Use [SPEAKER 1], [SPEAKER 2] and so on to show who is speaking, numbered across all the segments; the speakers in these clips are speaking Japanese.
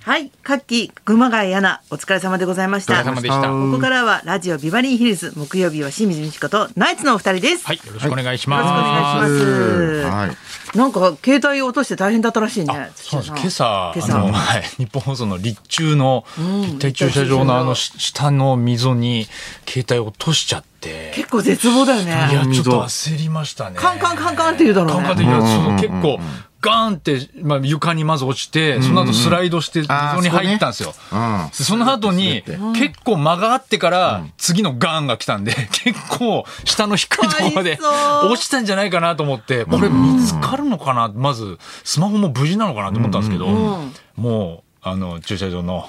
[SPEAKER 1] はい、カッキー、熊谷アナ、お疲れ様でございまし
[SPEAKER 2] お
[SPEAKER 1] た。
[SPEAKER 2] 疲れ様でした
[SPEAKER 1] ここからはラジオビバリーヒルズ、木曜日は清水美智子とナイツのお二人です。
[SPEAKER 2] はい、よろしくお願いし
[SPEAKER 1] よろしくお
[SPEAKER 2] ま
[SPEAKER 1] 願い
[SPEAKER 2] す。
[SPEAKER 1] します。
[SPEAKER 3] はい。
[SPEAKER 1] なんか携帯を落として大変だったらしいね。
[SPEAKER 2] そうで
[SPEAKER 1] 土
[SPEAKER 2] す今
[SPEAKER 1] 屋さ
[SPEAKER 2] 朝
[SPEAKER 1] ん
[SPEAKER 2] あの、
[SPEAKER 1] 今朝。
[SPEAKER 2] はい、日本放送の立中の
[SPEAKER 1] ん
[SPEAKER 2] 立体駐車場のあのし下の溝に携帯を落としちゃって
[SPEAKER 1] 結構絶望だよ
[SPEAKER 2] いや
[SPEAKER 1] ね。
[SPEAKER 2] ちょっと焦りましたね
[SPEAKER 1] カンカンカンカンって言うだろうね
[SPEAKER 2] カンカンって言う
[SPEAKER 3] うんうん
[SPEAKER 2] そ
[SPEAKER 3] うんうん
[SPEAKER 2] の結構ガーンって、まあ、床にまず落ちてその後スライドして
[SPEAKER 3] あー
[SPEAKER 2] 溝に入ったんですよ
[SPEAKER 3] そこねうん
[SPEAKER 2] でその後に結構間があってから次のガーンが来たんで 結構下の低いところまで
[SPEAKER 1] かわいそう
[SPEAKER 2] 落ちたんじゃないかなと思ってこれ見つかるのかなまずスマホも無事なのかなと思ったんですけど
[SPEAKER 1] ん
[SPEAKER 2] もうあの駐車場の、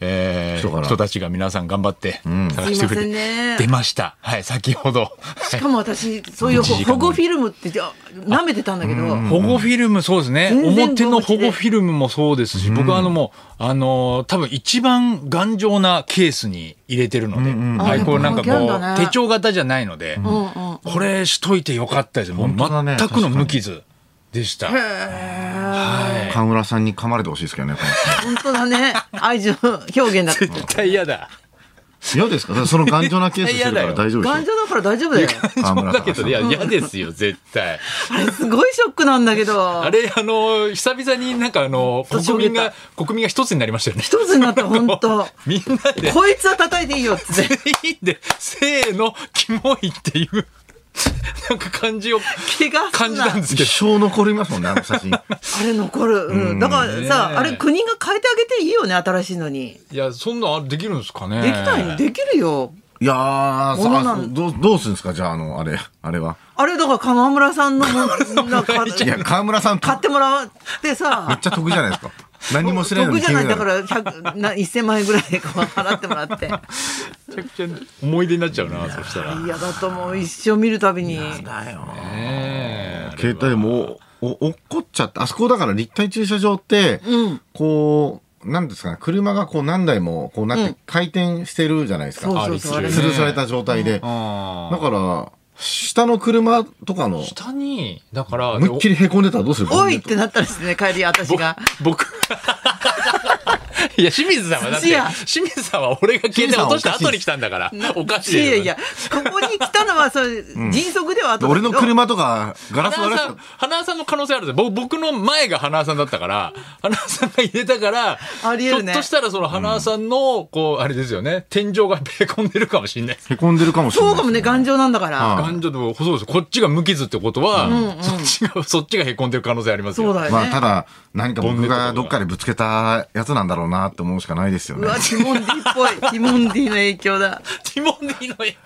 [SPEAKER 2] えー
[SPEAKER 3] 人から
[SPEAKER 2] 人たちが皆さん頑張って探してくれ
[SPEAKER 1] すいませんね
[SPEAKER 2] て出ましたはい先ほ ど。はい
[SPEAKER 1] しかも私、そういう
[SPEAKER 2] 一時間
[SPEAKER 1] 保護フィルムってあ舐めてたんだけど、
[SPEAKER 2] 保護フィルムそうですね。
[SPEAKER 1] 全然
[SPEAKER 2] 表の
[SPEAKER 1] ご
[SPEAKER 2] 保
[SPEAKER 1] 無事で
[SPEAKER 2] 護フィルムもそうですし、僕はあのもう、あのー、多分一番頑丈なケースに入れてるので、は
[SPEAKER 1] あ
[SPEAKER 2] い、こうなんかこ
[SPEAKER 1] やっぱ関係あるんだ
[SPEAKER 2] う、
[SPEAKER 1] ね
[SPEAKER 2] 手帳型じゃないので、これしといてよかったです。もう
[SPEAKER 3] 本当だね
[SPEAKER 2] 全くの無傷でした。はい
[SPEAKER 3] 神村さんに噛まれてほしいですけどね。この人
[SPEAKER 1] 本当だね。愛情表現 だった。
[SPEAKER 2] 絶対嫌だ。
[SPEAKER 3] 嫌ですかその頑丈なケースしてるから大丈夫
[SPEAKER 1] 頑
[SPEAKER 3] ですよ。
[SPEAKER 1] 丈だから大丈夫だよ。
[SPEAKER 3] 川
[SPEAKER 2] そう
[SPEAKER 3] 村さ
[SPEAKER 2] だ
[SPEAKER 3] ん
[SPEAKER 2] けど、いや、嫌ですよ、絶対。
[SPEAKER 1] あれすごいショックなんだけど
[SPEAKER 2] あ。れ、あのー、久々になんかあのー、
[SPEAKER 1] 年を
[SPEAKER 2] 国
[SPEAKER 1] 入れ
[SPEAKER 2] 民
[SPEAKER 1] た
[SPEAKER 2] が、国民が一つになりましたよね。
[SPEAKER 1] 一つになった、本 当。
[SPEAKER 2] みんなで。
[SPEAKER 1] こいつは叩いていいよっつって。
[SPEAKER 2] 全員で、せーの、キモいっていう、なんか感じを
[SPEAKER 1] 怪我すんな
[SPEAKER 2] 感じたんですけ
[SPEAKER 3] 一
[SPEAKER 2] ど。
[SPEAKER 3] 生残りますもんね、あの 写真。
[SPEAKER 1] あれ残る。うん。だから
[SPEAKER 2] ね
[SPEAKER 1] さ、
[SPEAKER 2] え
[SPEAKER 1] あれ国が変えてあげていいよね、新しいのに。
[SPEAKER 2] いや、そんな、あできるんですかね。
[SPEAKER 1] できたよ、できるよ。
[SPEAKER 3] いやー、
[SPEAKER 1] そうな
[SPEAKER 3] さ
[SPEAKER 1] ん
[SPEAKER 3] どう、どうするんですかじゃあ、あの、あれ、あれは。
[SPEAKER 1] あれだから河村さんのもんなんか
[SPEAKER 3] いや、川村さん、
[SPEAKER 1] 買
[SPEAKER 3] め
[SPEAKER 1] ってもらってさ
[SPEAKER 3] っ、ちゃ得じゃないで すか。何もしないの
[SPEAKER 1] 得
[SPEAKER 3] に
[SPEAKER 1] じゃ
[SPEAKER 3] 金
[SPEAKER 1] ない
[SPEAKER 3] メダ
[SPEAKER 1] だか
[SPEAKER 3] ル。
[SPEAKER 1] ら100な1000万円ぐらいこう払ってもらって。
[SPEAKER 2] めちゃくちゃ思い出になっちゃうな、そしたら。
[SPEAKER 1] 嫌だともう一生見るたびに。
[SPEAKER 3] だよ。
[SPEAKER 2] ねえ
[SPEAKER 3] 携帯もう、お落っこっちゃって、あそこだから立体駐車場って、こう、なんですかね、車がこう何台も、こうなって回転してるじゃないです
[SPEAKER 1] そう
[SPEAKER 3] か。
[SPEAKER 1] そうそう。
[SPEAKER 2] あ
[SPEAKER 1] あれ
[SPEAKER 2] れ
[SPEAKER 3] 吊るされた状態で。
[SPEAKER 2] あ
[SPEAKER 3] だから、下の車とかの
[SPEAKER 2] ー、下に、だから、
[SPEAKER 3] 思いっきり凹んでたらどうする
[SPEAKER 1] おいってなったらですね、帰り私が。
[SPEAKER 2] 僕、 いや、清水さんはだって
[SPEAKER 1] いや、
[SPEAKER 2] 清水さんは俺が携帯落とした後に来たんだから、おかしい
[SPEAKER 1] いやい
[SPEAKER 2] や。
[SPEAKER 1] や、ここに来たのは、そう、迅速では後だけ
[SPEAKER 3] 俺
[SPEAKER 1] ど
[SPEAKER 3] の車とか、ガラス
[SPEAKER 2] 花
[SPEAKER 3] 割
[SPEAKER 2] 輪
[SPEAKER 3] らし
[SPEAKER 2] さ
[SPEAKER 3] た
[SPEAKER 2] ん、花輪さんの可能性あるぜ。僕、僕の前が花輪さんだったから、花輪さんが入れたから、
[SPEAKER 1] ありえるね
[SPEAKER 2] ひょっとしたらその花輪さんの、こう、あれですよね、天井がぺこんでるかもしれないです。
[SPEAKER 3] 凹んでるかもしれ
[SPEAKER 1] そ
[SPEAKER 3] な
[SPEAKER 1] う
[SPEAKER 3] い。
[SPEAKER 1] かもね、頑丈なんだから。
[SPEAKER 3] ああ
[SPEAKER 2] 男女でも、そうです。こっちが無傷ってことは、そっちが、そっちがへこんでる可能性ありますよ。
[SPEAKER 1] そうだよね。
[SPEAKER 3] まあ、ただ、何か
[SPEAKER 2] ボンネット
[SPEAKER 3] 僕
[SPEAKER 2] と
[SPEAKER 3] が
[SPEAKER 2] か
[SPEAKER 3] どっかでぶつけたやつなんだろうなって思うしかないですよ
[SPEAKER 1] う
[SPEAKER 3] ね。
[SPEAKER 1] わ、ティモンディっぽい。ティモンディの影響だ。
[SPEAKER 2] ティモンディ の影響。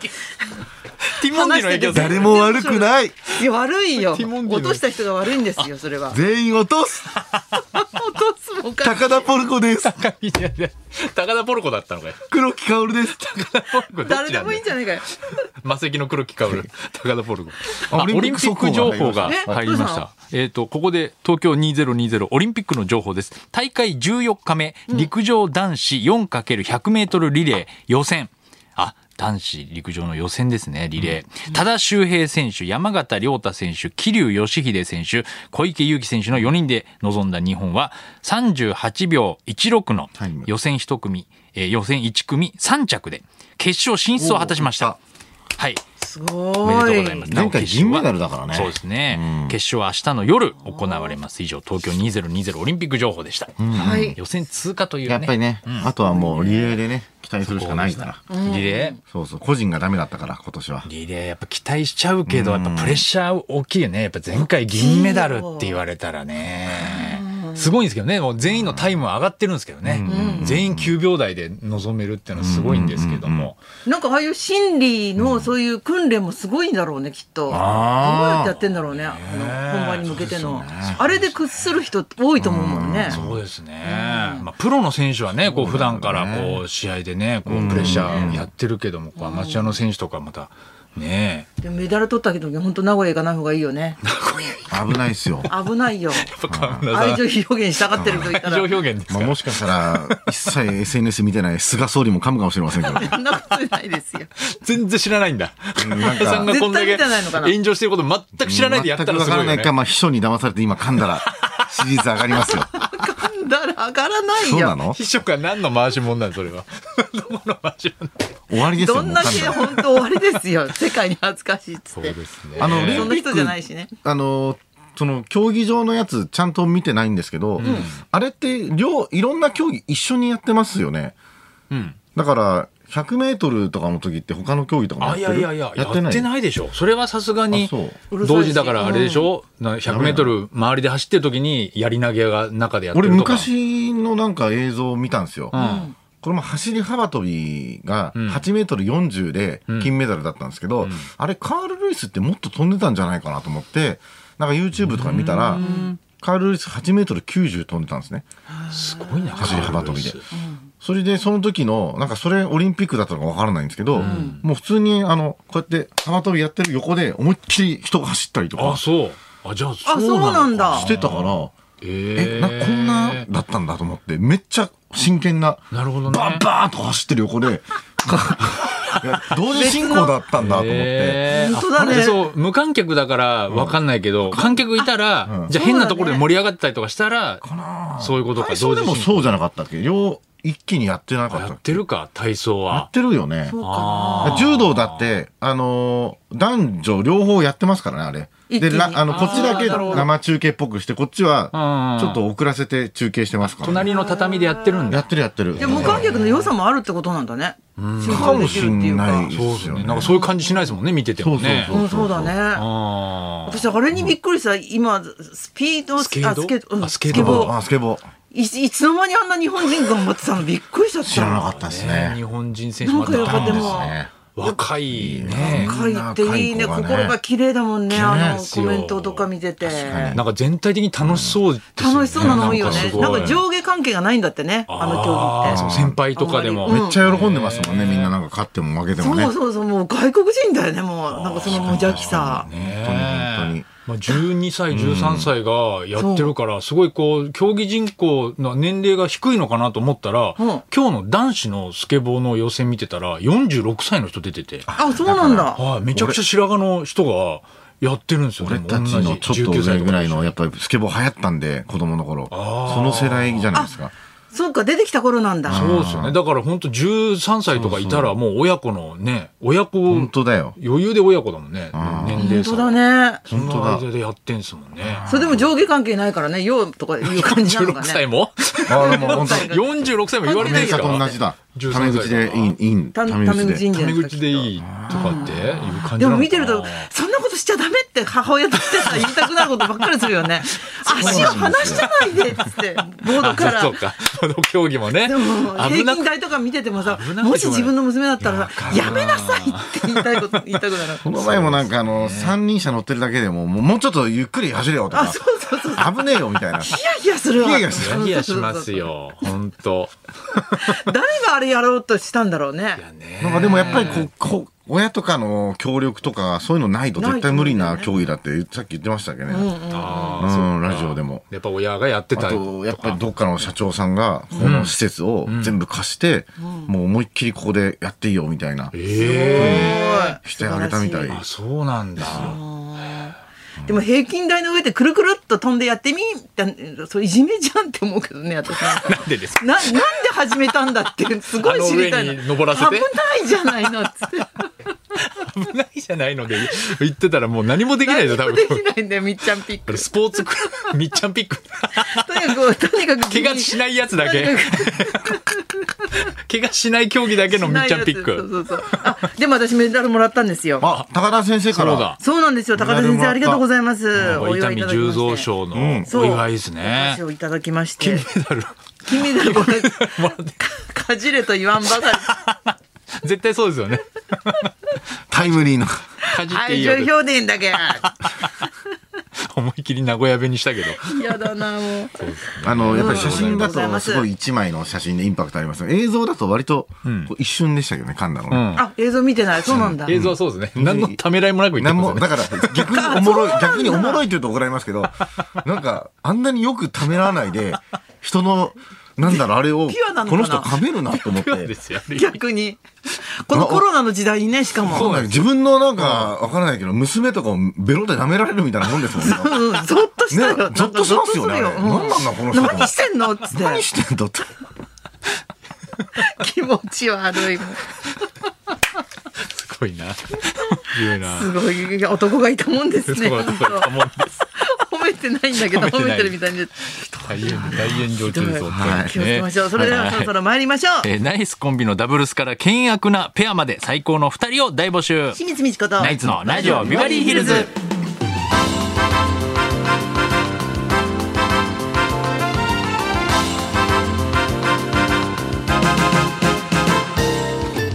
[SPEAKER 2] ティモンデ
[SPEAKER 1] 話
[SPEAKER 2] ィの影響
[SPEAKER 1] してて
[SPEAKER 3] 誰も悪くない
[SPEAKER 1] いや、悪いよ。
[SPEAKER 2] ティモンディの
[SPEAKER 1] 落とした人が悪いんですよ、それは。
[SPEAKER 3] 全員落とす
[SPEAKER 1] 落とすもか。
[SPEAKER 3] 高田ポルコです
[SPEAKER 2] 高いやいや高田ポルコだったのかよ。
[SPEAKER 3] 黒木薫です
[SPEAKER 2] 高田ポルコどっちなんだよ
[SPEAKER 1] 誰でもいいんじゃないかよ。
[SPEAKER 2] マセキの黒木カウル、 高田ポルゴ。
[SPEAKER 3] あ
[SPEAKER 2] あオリンピック情報が
[SPEAKER 1] え
[SPEAKER 2] 入りまし
[SPEAKER 1] どう
[SPEAKER 2] た。えっと、ここで東京2020オリンピックの情報です。大会14日目、陸上男子 4×100 メートルリレー予選。あ、男子陸上の予選ですね、リレー。多田修平選手、山形亮太選手、桐生義秀選手、小池祐希選手の4人で臨んだ日本は、38秒16の
[SPEAKER 3] タイム
[SPEAKER 2] 予選1組、えー予選1組3着で、決勝進出を果たしました。はい。
[SPEAKER 1] す
[SPEAKER 2] おめで
[SPEAKER 1] ご
[SPEAKER 2] とう
[SPEAKER 1] い
[SPEAKER 2] ございま。す。
[SPEAKER 3] 前回銀メダル
[SPEAKER 2] だ
[SPEAKER 3] だからね
[SPEAKER 2] そうですね。決勝は明日の夜行われます。以上、東京2020オリンピック情報でした。
[SPEAKER 1] はい。
[SPEAKER 2] 予選通過というね。
[SPEAKER 3] やっぱりね、あとはもうリレーでね期待するしかないから
[SPEAKER 2] リレ
[SPEAKER 3] そうそう個人がダメだったから今年は
[SPEAKER 2] ー。リレーやっぱ期待しちゃうけど、やっぱプレッシャー大きいよね。やっぱ前回銀メダルって言われたらね。すごいんですけどね。もう全員のタイムは上がってるんですけどね。全員9秒台で臨めるっていうのはすごいんですけども。
[SPEAKER 1] なんかああいう心理のそういう訓練もすごいんだろうね、きっと。どうや
[SPEAKER 3] あー
[SPEAKER 1] ってやってんだろうね、あの本番に向けての。あれで屈する人多いと思うもんね。
[SPEAKER 2] そうですね、まあ、プロの選手はね、こう普段からこう試合でね、こうプレッシャーやってるけども、こうアマチュアの選手とかまたね、
[SPEAKER 1] でもメダル取ったけど、本当名古屋行かない方がいいよね。
[SPEAKER 3] 危ないですよ
[SPEAKER 1] 危ないよ。
[SPEAKER 2] やっぱ川村さ
[SPEAKER 1] 愛
[SPEAKER 2] ん、
[SPEAKER 1] 情表現したがってる人いた
[SPEAKER 2] 愛
[SPEAKER 1] ら。
[SPEAKER 2] 情表現です
[SPEAKER 3] まあ
[SPEAKER 2] か。
[SPEAKER 3] もしかしたら一切 SNS 見てない菅総理も噛むかもしれませんけど
[SPEAKER 1] そんなことないですよ。
[SPEAKER 2] 全然知らないんだ。
[SPEAKER 3] ん
[SPEAKER 2] 川村さんがこんだ
[SPEAKER 1] 絶対
[SPEAKER 2] け
[SPEAKER 1] 見てないのかな
[SPEAKER 2] 炎上してること全 く知らないでやったら
[SPEAKER 3] 全く
[SPEAKER 2] す
[SPEAKER 3] わ
[SPEAKER 2] ご
[SPEAKER 3] か
[SPEAKER 2] い
[SPEAKER 3] ら
[SPEAKER 2] よ
[SPEAKER 3] ない
[SPEAKER 2] ね
[SPEAKER 3] か。まあ秘書に騙されて今噛んだら支持率上がりますよ
[SPEAKER 1] 噛んだらら上がらないよ。
[SPEAKER 3] そうなの
[SPEAKER 2] 秘書か何の回しもんなんそれは。どこの回しもん
[SPEAKER 3] 終わりですよ。
[SPEAKER 1] どんだ
[SPEAKER 3] もう
[SPEAKER 1] け
[SPEAKER 3] 彼女
[SPEAKER 1] 本当終わりですよ。 世界に恥ずかしいっつって。
[SPEAKER 2] すね
[SPEAKER 3] あのオリンピッ
[SPEAKER 1] そ
[SPEAKER 3] ク
[SPEAKER 1] んな人じゃないしね。
[SPEAKER 3] あの、その競技場のやつちゃんと見てないんですけど、あれって両、いろんな競技一緒にやってますよね。
[SPEAKER 2] うん。
[SPEAKER 3] だから、100メートルとかの時って他の競技とかもや
[SPEAKER 2] あ、
[SPEAKER 3] っ
[SPEAKER 2] い
[SPEAKER 3] て
[SPEAKER 2] や
[SPEAKER 3] る
[SPEAKER 2] いやいや、
[SPEAKER 3] やってない。
[SPEAKER 2] でしょ。それはさすがに
[SPEAKER 3] あそう、
[SPEAKER 2] 同時だからあれでしょ。な100メートル周りで走ってる時に、やり投げが中でやってる
[SPEAKER 3] 俺
[SPEAKER 2] とか。。
[SPEAKER 3] 昔のなんか映像を見たんですよ。
[SPEAKER 2] うん。
[SPEAKER 3] これも走り幅跳びが
[SPEAKER 2] うん
[SPEAKER 3] 8メートル40で
[SPEAKER 2] うん
[SPEAKER 3] 金メダルだったんですけど、
[SPEAKER 2] うん
[SPEAKER 3] あれカール・ルイスってもっと飛んでたんじゃないかなと思って、なんか YouTube とか見たら、カール・ルイス8メートル90飛んでたんですね。
[SPEAKER 2] すごいな、
[SPEAKER 3] 走り幅跳びで
[SPEAKER 2] カールルイス
[SPEAKER 3] それでその時の、なんかそれオリンピックだったのかわからないんですけど、
[SPEAKER 2] ん
[SPEAKER 3] もう普通にあの、こうやって幅跳びやってる横で思いっきり人が走ったりと
[SPEAKER 2] あ、
[SPEAKER 3] か
[SPEAKER 2] そう。あ、じゃあ、そう
[SPEAKER 1] そうなんだ
[SPEAKER 3] してたから、え、
[SPEAKER 2] え
[SPEAKER 3] なんかこんなだったんだと思って、めっちゃ真剣な、
[SPEAKER 2] なるほどね。
[SPEAKER 3] バンバーンと走ってる 横で、いや同時進行だったんだと思って。
[SPEAKER 2] へー
[SPEAKER 1] 本当だね
[SPEAKER 2] あそう、無観客だから分かんないけど、観客いたら、
[SPEAKER 3] うん
[SPEAKER 2] じゃあ変なところで盛り上がったりとかしたら、そういうことか、
[SPEAKER 3] 体操でも
[SPEAKER 2] 進行
[SPEAKER 3] そうじゃなかったっけ両一気にやってなかっ
[SPEAKER 2] や
[SPEAKER 3] たっ
[SPEAKER 2] って
[SPEAKER 3] け
[SPEAKER 2] るか、体操
[SPEAKER 3] やっ
[SPEAKER 2] は。
[SPEAKER 3] てるよね
[SPEAKER 1] そう。か
[SPEAKER 2] あー
[SPEAKER 3] 柔道だって、あのー男女両方やってますからね、あれ。
[SPEAKER 1] 一気
[SPEAKER 3] で、
[SPEAKER 1] に
[SPEAKER 3] らあの、
[SPEAKER 1] あー
[SPEAKER 3] こっちだけ
[SPEAKER 1] なるほど
[SPEAKER 3] 生中継っぽくして、こっちは
[SPEAKER 2] う、ん
[SPEAKER 3] ちょっと遅らせて中継してますから、ね。
[SPEAKER 2] 隣の畳でやってるん
[SPEAKER 3] や
[SPEAKER 2] だ。
[SPEAKER 3] ってるやってる。
[SPEAKER 1] な。で無観客の良さもあるってことなんだね。進行できるっていう
[SPEAKER 3] かもし
[SPEAKER 1] か
[SPEAKER 3] んな。い
[SPEAKER 2] そうですよね。なんかそういう感じしないですもんね、見ててもね。
[SPEAKER 3] そう
[SPEAKER 1] うん、そうだね。
[SPEAKER 2] あー
[SPEAKER 1] 私あれにびっくりした今スピード
[SPEAKER 2] スケード
[SPEAKER 1] あスケうん
[SPEAKER 2] あス
[SPEAKER 1] ス
[SPEAKER 2] ケー
[SPEAKER 1] ケ
[SPEAKER 2] ド
[SPEAKER 1] ボー
[SPEAKER 3] あ、スケボー。
[SPEAKER 1] いいつの間にあんな日本人頑張ってたのびっくりしちゃった
[SPEAKER 3] 知らなかったです
[SPEAKER 2] ね
[SPEAKER 3] ね。
[SPEAKER 2] 日本人選手もあった
[SPEAKER 1] なんかやっぱでも
[SPEAKER 3] ね
[SPEAKER 2] 若いね。
[SPEAKER 1] 若いっていいね
[SPEAKER 3] 若い子がね
[SPEAKER 1] 心が綺麗だもんね
[SPEAKER 3] 綺麗
[SPEAKER 1] あの
[SPEAKER 3] で
[SPEAKER 2] す
[SPEAKER 1] コ
[SPEAKER 2] よ
[SPEAKER 1] メントとか見てて
[SPEAKER 3] かに
[SPEAKER 2] なんか全体的に楽しそうですよね
[SPEAKER 1] 楽しそうなの多いよ
[SPEAKER 2] なんか
[SPEAKER 1] ね
[SPEAKER 2] すごい
[SPEAKER 1] なんか上下関係がないんだってねあの競
[SPEAKER 2] あー
[SPEAKER 1] 技
[SPEAKER 2] そ
[SPEAKER 1] っ
[SPEAKER 2] う
[SPEAKER 1] て
[SPEAKER 2] 先輩とかでも。
[SPEAKER 1] あんまりうん
[SPEAKER 3] めっちゃ喜んでますもんね、みんななんか勝っても負けて
[SPEAKER 1] そ
[SPEAKER 3] もね。
[SPEAKER 1] うそうそうもう外国人だよねもうなんかその無邪気さ
[SPEAKER 3] 本当に本当に。
[SPEAKER 2] まあ、12歳、13歳がやってるから、すごいこう、競技人口の年齢が低いのかなと思ったら、
[SPEAKER 1] うん
[SPEAKER 2] 今日の男子のスケボーの予選見てたら、46歳の人出てて、
[SPEAKER 1] あそうなんだ
[SPEAKER 2] はい、めちゃくちゃ白髪の人がやってるんですよ、
[SPEAKER 3] 俺たちのちょっと上ぐらいの、やっぱりスケボー流行ったんで、子供の頃。
[SPEAKER 2] あー
[SPEAKER 3] その世代じゃないですか。
[SPEAKER 1] そうか出てきた頃なんだ
[SPEAKER 2] そうですよね。だから本当13歳とかいたら、もう親子のね、親子、
[SPEAKER 3] 本当だよ。
[SPEAKER 2] 余裕で親子だもんね、年
[SPEAKER 1] 本
[SPEAKER 2] 齢差。
[SPEAKER 1] 当だね
[SPEAKER 2] そ
[SPEAKER 3] 本当
[SPEAKER 2] の
[SPEAKER 3] だ
[SPEAKER 2] 間でやってんすもんね。
[SPEAKER 1] それでも上下関係ないからねようとかいう感じなのか
[SPEAKER 2] 46歳
[SPEAKER 1] ね
[SPEAKER 2] も
[SPEAKER 3] あでも本当
[SPEAKER 2] 46歳も言われて
[SPEAKER 3] 名
[SPEAKER 2] るか
[SPEAKER 3] 作
[SPEAKER 2] ら
[SPEAKER 3] 同じだ。
[SPEAKER 2] 13
[SPEAKER 3] タメ口でいい、いい、
[SPEAKER 1] た
[SPEAKER 3] タ
[SPEAKER 1] た
[SPEAKER 3] メ
[SPEAKER 1] め
[SPEAKER 3] 口
[SPEAKER 1] 口いい
[SPEAKER 3] で
[SPEAKER 1] ん。じゃな
[SPEAKER 2] タメ
[SPEAKER 1] いですか
[SPEAKER 2] 口
[SPEAKER 1] き
[SPEAKER 2] で
[SPEAKER 1] っ
[SPEAKER 2] いいとかっていう感
[SPEAKER 1] とで
[SPEAKER 2] じなのかな
[SPEAKER 1] も見てるとそんなことしちゃダメって母親としてさ言いたくなることばっかりするよね足を離してないでっつってボードか
[SPEAKER 2] あ
[SPEAKER 1] ら
[SPEAKER 2] そうかその競技もね
[SPEAKER 1] でも
[SPEAKER 2] 危
[SPEAKER 1] 平
[SPEAKER 2] な
[SPEAKER 1] 均
[SPEAKER 2] く
[SPEAKER 1] 台とか見ててもさ
[SPEAKER 2] 危なくてしょうがない
[SPEAKER 1] もし自分の娘だったらさやめなさいって言いたいこと言いたくなる
[SPEAKER 3] この前もなんかあの、三輪車乗ってるだけでも、もうもうちょっとゆっくり走れよと
[SPEAKER 1] あ
[SPEAKER 3] か
[SPEAKER 1] そ、うそうそう
[SPEAKER 3] 危ねえよみ たいな。
[SPEAKER 1] ヒヤヒヤするわ
[SPEAKER 3] ヒヤヒヤす
[SPEAKER 2] ヒヤヒヤしますよ本当
[SPEAKER 1] 誰があれやろうとしたんだろうね
[SPEAKER 3] なんかでもやっぱりこう、こう、親とかの協力とか、そういうのないと絶対無理な競技だって、さっき言ってましたっけね。
[SPEAKER 2] あ
[SPEAKER 3] うん、ラジオでも。
[SPEAKER 2] ーやっぱ親がやって
[SPEAKER 3] あ
[SPEAKER 2] た
[SPEAKER 3] と、やっぱりどっかの社長さんが、この施設を全部貸して、もう思いっきりここでやっていいよみたいな、
[SPEAKER 2] ええ
[SPEAKER 3] してあげたみたい。
[SPEAKER 2] あそうなんだ
[SPEAKER 1] でも平均台の上でくるくるっと飛んでやってみってそういじめじゃんって思うけどね 私なんか
[SPEAKER 2] なんでですか
[SPEAKER 1] ななんで始めたんだってすごい知りたいの
[SPEAKER 2] あの上に登らせて
[SPEAKER 1] 危ないじゃないのっつって
[SPEAKER 2] 危ないじゃないので言ってたらもう何もできないでしょ多
[SPEAKER 1] 何も
[SPEAKER 2] 分
[SPEAKER 1] できないんだよみっちゃんピッ
[SPEAKER 2] こ
[SPEAKER 1] ク
[SPEAKER 2] れスポーツクラブ みっちゃんピック
[SPEAKER 1] とにかくとにかく
[SPEAKER 2] 怪我しないやつ だけ怪我しない競技だけのみっちゃんピッ
[SPEAKER 1] そう
[SPEAKER 2] ク
[SPEAKER 1] そうそう。あ、でも私メダルもらったんですよ。
[SPEAKER 3] あ、高田先生か
[SPEAKER 2] そう
[SPEAKER 3] ら
[SPEAKER 2] だ、
[SPEAKER 1] そうなんですよ。高田先生ありがとうございます。お
[SPEAKER 2] 伊
[SPEAKER 1] 祝いいた
[SPEAKER 2] 丹
[SPEAKER 1] だきま
[SPEAKER 2] 十
[SPEAKER 1] して。
[SPEAKER 2] 三賞の
[SPEAKER 1] そう
[SPEAKER 2] お祝いですね
[SPEAKER 1] お菓子をいただきまして。
[SPEAKER 2] メダル
[SPEAKER 1] 金メダルもらっかかじれと言わんばかり。
[SPEAKER 2] 絶対そうですよね。
[SPEAKER 3] タイ ムリーな。
[SPEAKER 2] かじってい
[SPEAKER 1] 愛
[SPEAKER 2] い
[SPEAKER 1] 情
[SPEAKER 2] よ。
[SPEAKER 1] 表現だけ。嫌
[SPEAKER 2] 思い切り名古屋弁にしたけど。
[SPEAKER 1] だな、もう。
[SPEAKER 3] あの、やっぱり写真だ
[SPEAKER 1] うん
[SPEAKER 3] と、すごい一枚の写真でインパクトありますね映像だと割と、こう一瞬でしたけどね、噛んだのね。
[SPEAKER 1] あ、映像見てない。そうなんだ。
[SPEAKER 2] 映像はそうですね。何のためらいもなく言って
[SPEAKER 3] なん
[SPEAKER 2] ます
[SPEAKER 3] も、
[SPEAKER 2] ね。
[SPEAKER 3] だから、逆にお もろい、逆におもろいって言うと怒られますけど、なんか、あんなによくためらわないで、人の、なんだろう、あれを、
[SPEAKER 1] ピュアなの
[SPEAKER 3] こ
[SPEAKER 1] か
[SPEAKER 3] の
[SPEAKER 1] な
[SPEAKER 3] 人噛めるなと思って。
[SPEAKER 2] ですよ。
[SPEAKER 1] 逆に。このコロナの時代にね、しかも。
[SPEAKER 2] そうなんで
[SPEAKER 3] 自分のなんか、わからないけど、娘とかをベロで舐められるみたいなもんですもんね。
[SPEAKER 1] うん、ゾッとしたよ。
[SPEAKER 3] ねゾッとしますよね
[SPEAKER 1] ゾッとするよ
[SPEAKER 3] あれ何なんだこの人
[SPEAKER 1] 何してんのっつって。
[SPEAKER 3] 何してんだって。
[SPEAKER 1] 気持ち悪い。
[SPEAKER 2] すごいな。強いな。
[SPEAKER 1] すごい男がいたもんですね。
[SPEAKER 2] そうだそうだ
[SPEAKER 1] 本
[SPEAKER 2] もう
[SPEAKER 1] 当褒めてないんだけど、
[SPEAKER 2] 褒
[SPEAKER 1] 褒
[SPEAKER 2] めてな
[SPEAKER 1] め
[SPEAKER 2] い
[SPEAKER 1] てるみたいに。
[SPEAKER 2] 大変、大変上中
[SPEAKER 1] ひ
[SPEAKER 2] です。
[SPEAKER 1] どい
[SPEAKER 2] 本当に
[SPEAKER 1] 気をつけましょう。それではそろそろ参りましょう。
[SPEAKER 2] えーナイスコンビのダブルスから険悪なペアまで最高の二人を大募集
[SPEAKER 1] 清水美智子と。
[SPEAKER 2] ナイツのラジオビバリーヒルズ。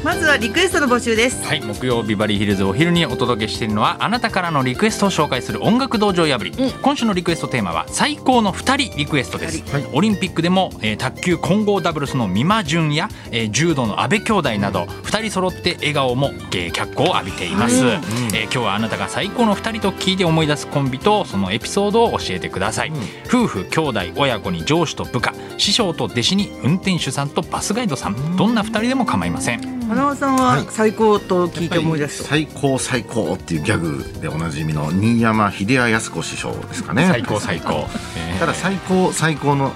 [SPEAKER 1] まずはリクエストの募集です。
[SPEAKER 2] はい木曜ビバリーヒルズお昼にお届けしているのはあなたからのリクエストを紹介する音楽道場破り、今週のリクエストテーマは最高の2人リクエストです、オリンピックでも、えー卓球混合ダブルスの美馬純や、えー柔道の阿部兄弟など2人揃って笑顔も、えー脚光を浴びています、えー今日はあなたが最高の2人と聞いて思い出すコンビとそのエピソードを教えてください、夫婦兄弟親子に上司と部下師匠と弟子に運転手さんとバスガイドさんどんな2人でも構いません
[SPEAKER 1] 花輪さんは最高と聞いて思い出すと。
[SPEAKER 3] 最高最高っていうギャグでおなじみの新山秀哉康子師匠ですかね。
[SPEAKER 2] 最高最高、えー
[SPEAKER 3] ただ最高最高の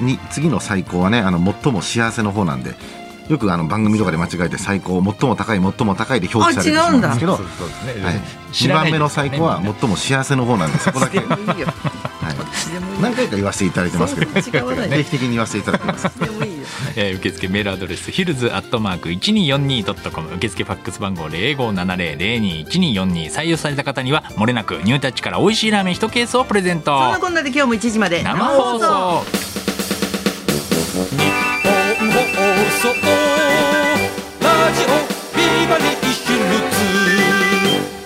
[SPEAKER 3] に次の最高はねあの最も幸せの方なんでよくあの番組とかで間違えて最高最も高い最も高いで表記されてしまうんですけど、はい、
[SPEAKER 2] 知
[SPEAKER 3] 2
[SPEAKER 2] らない
[SPEAKER 3] 番目の最高は最も幸せの方なんでそ こだけ、
[SPEAKER 1] で
[SPEAKER 3] はい、
[SPEAKER 1] もいいよ。でもいい
[SPEAKER 3] 何回か言わせていただいてますけど
[SPEAKER 1] そんな違わない
[SPEAKER 3] 定期的に言わせていただいてます
[SPEAKER 1] でもいいよ。
[SPEAKER 2] えー受付メールアドレスヒルズアットマーク 1242.com 受付ファックス番号0570021242採用された方にはもれなくニュータッチから美味しいラーメン1ケースをプレゼ
[SPEAKER 1] そん
[SPEAKER 2] ント
[SPEAKER 1] なこんなで今日も1時まで
[SPEAKER 2] 生放送
[SPEAKER 4] ラジオビバリーヒルズ」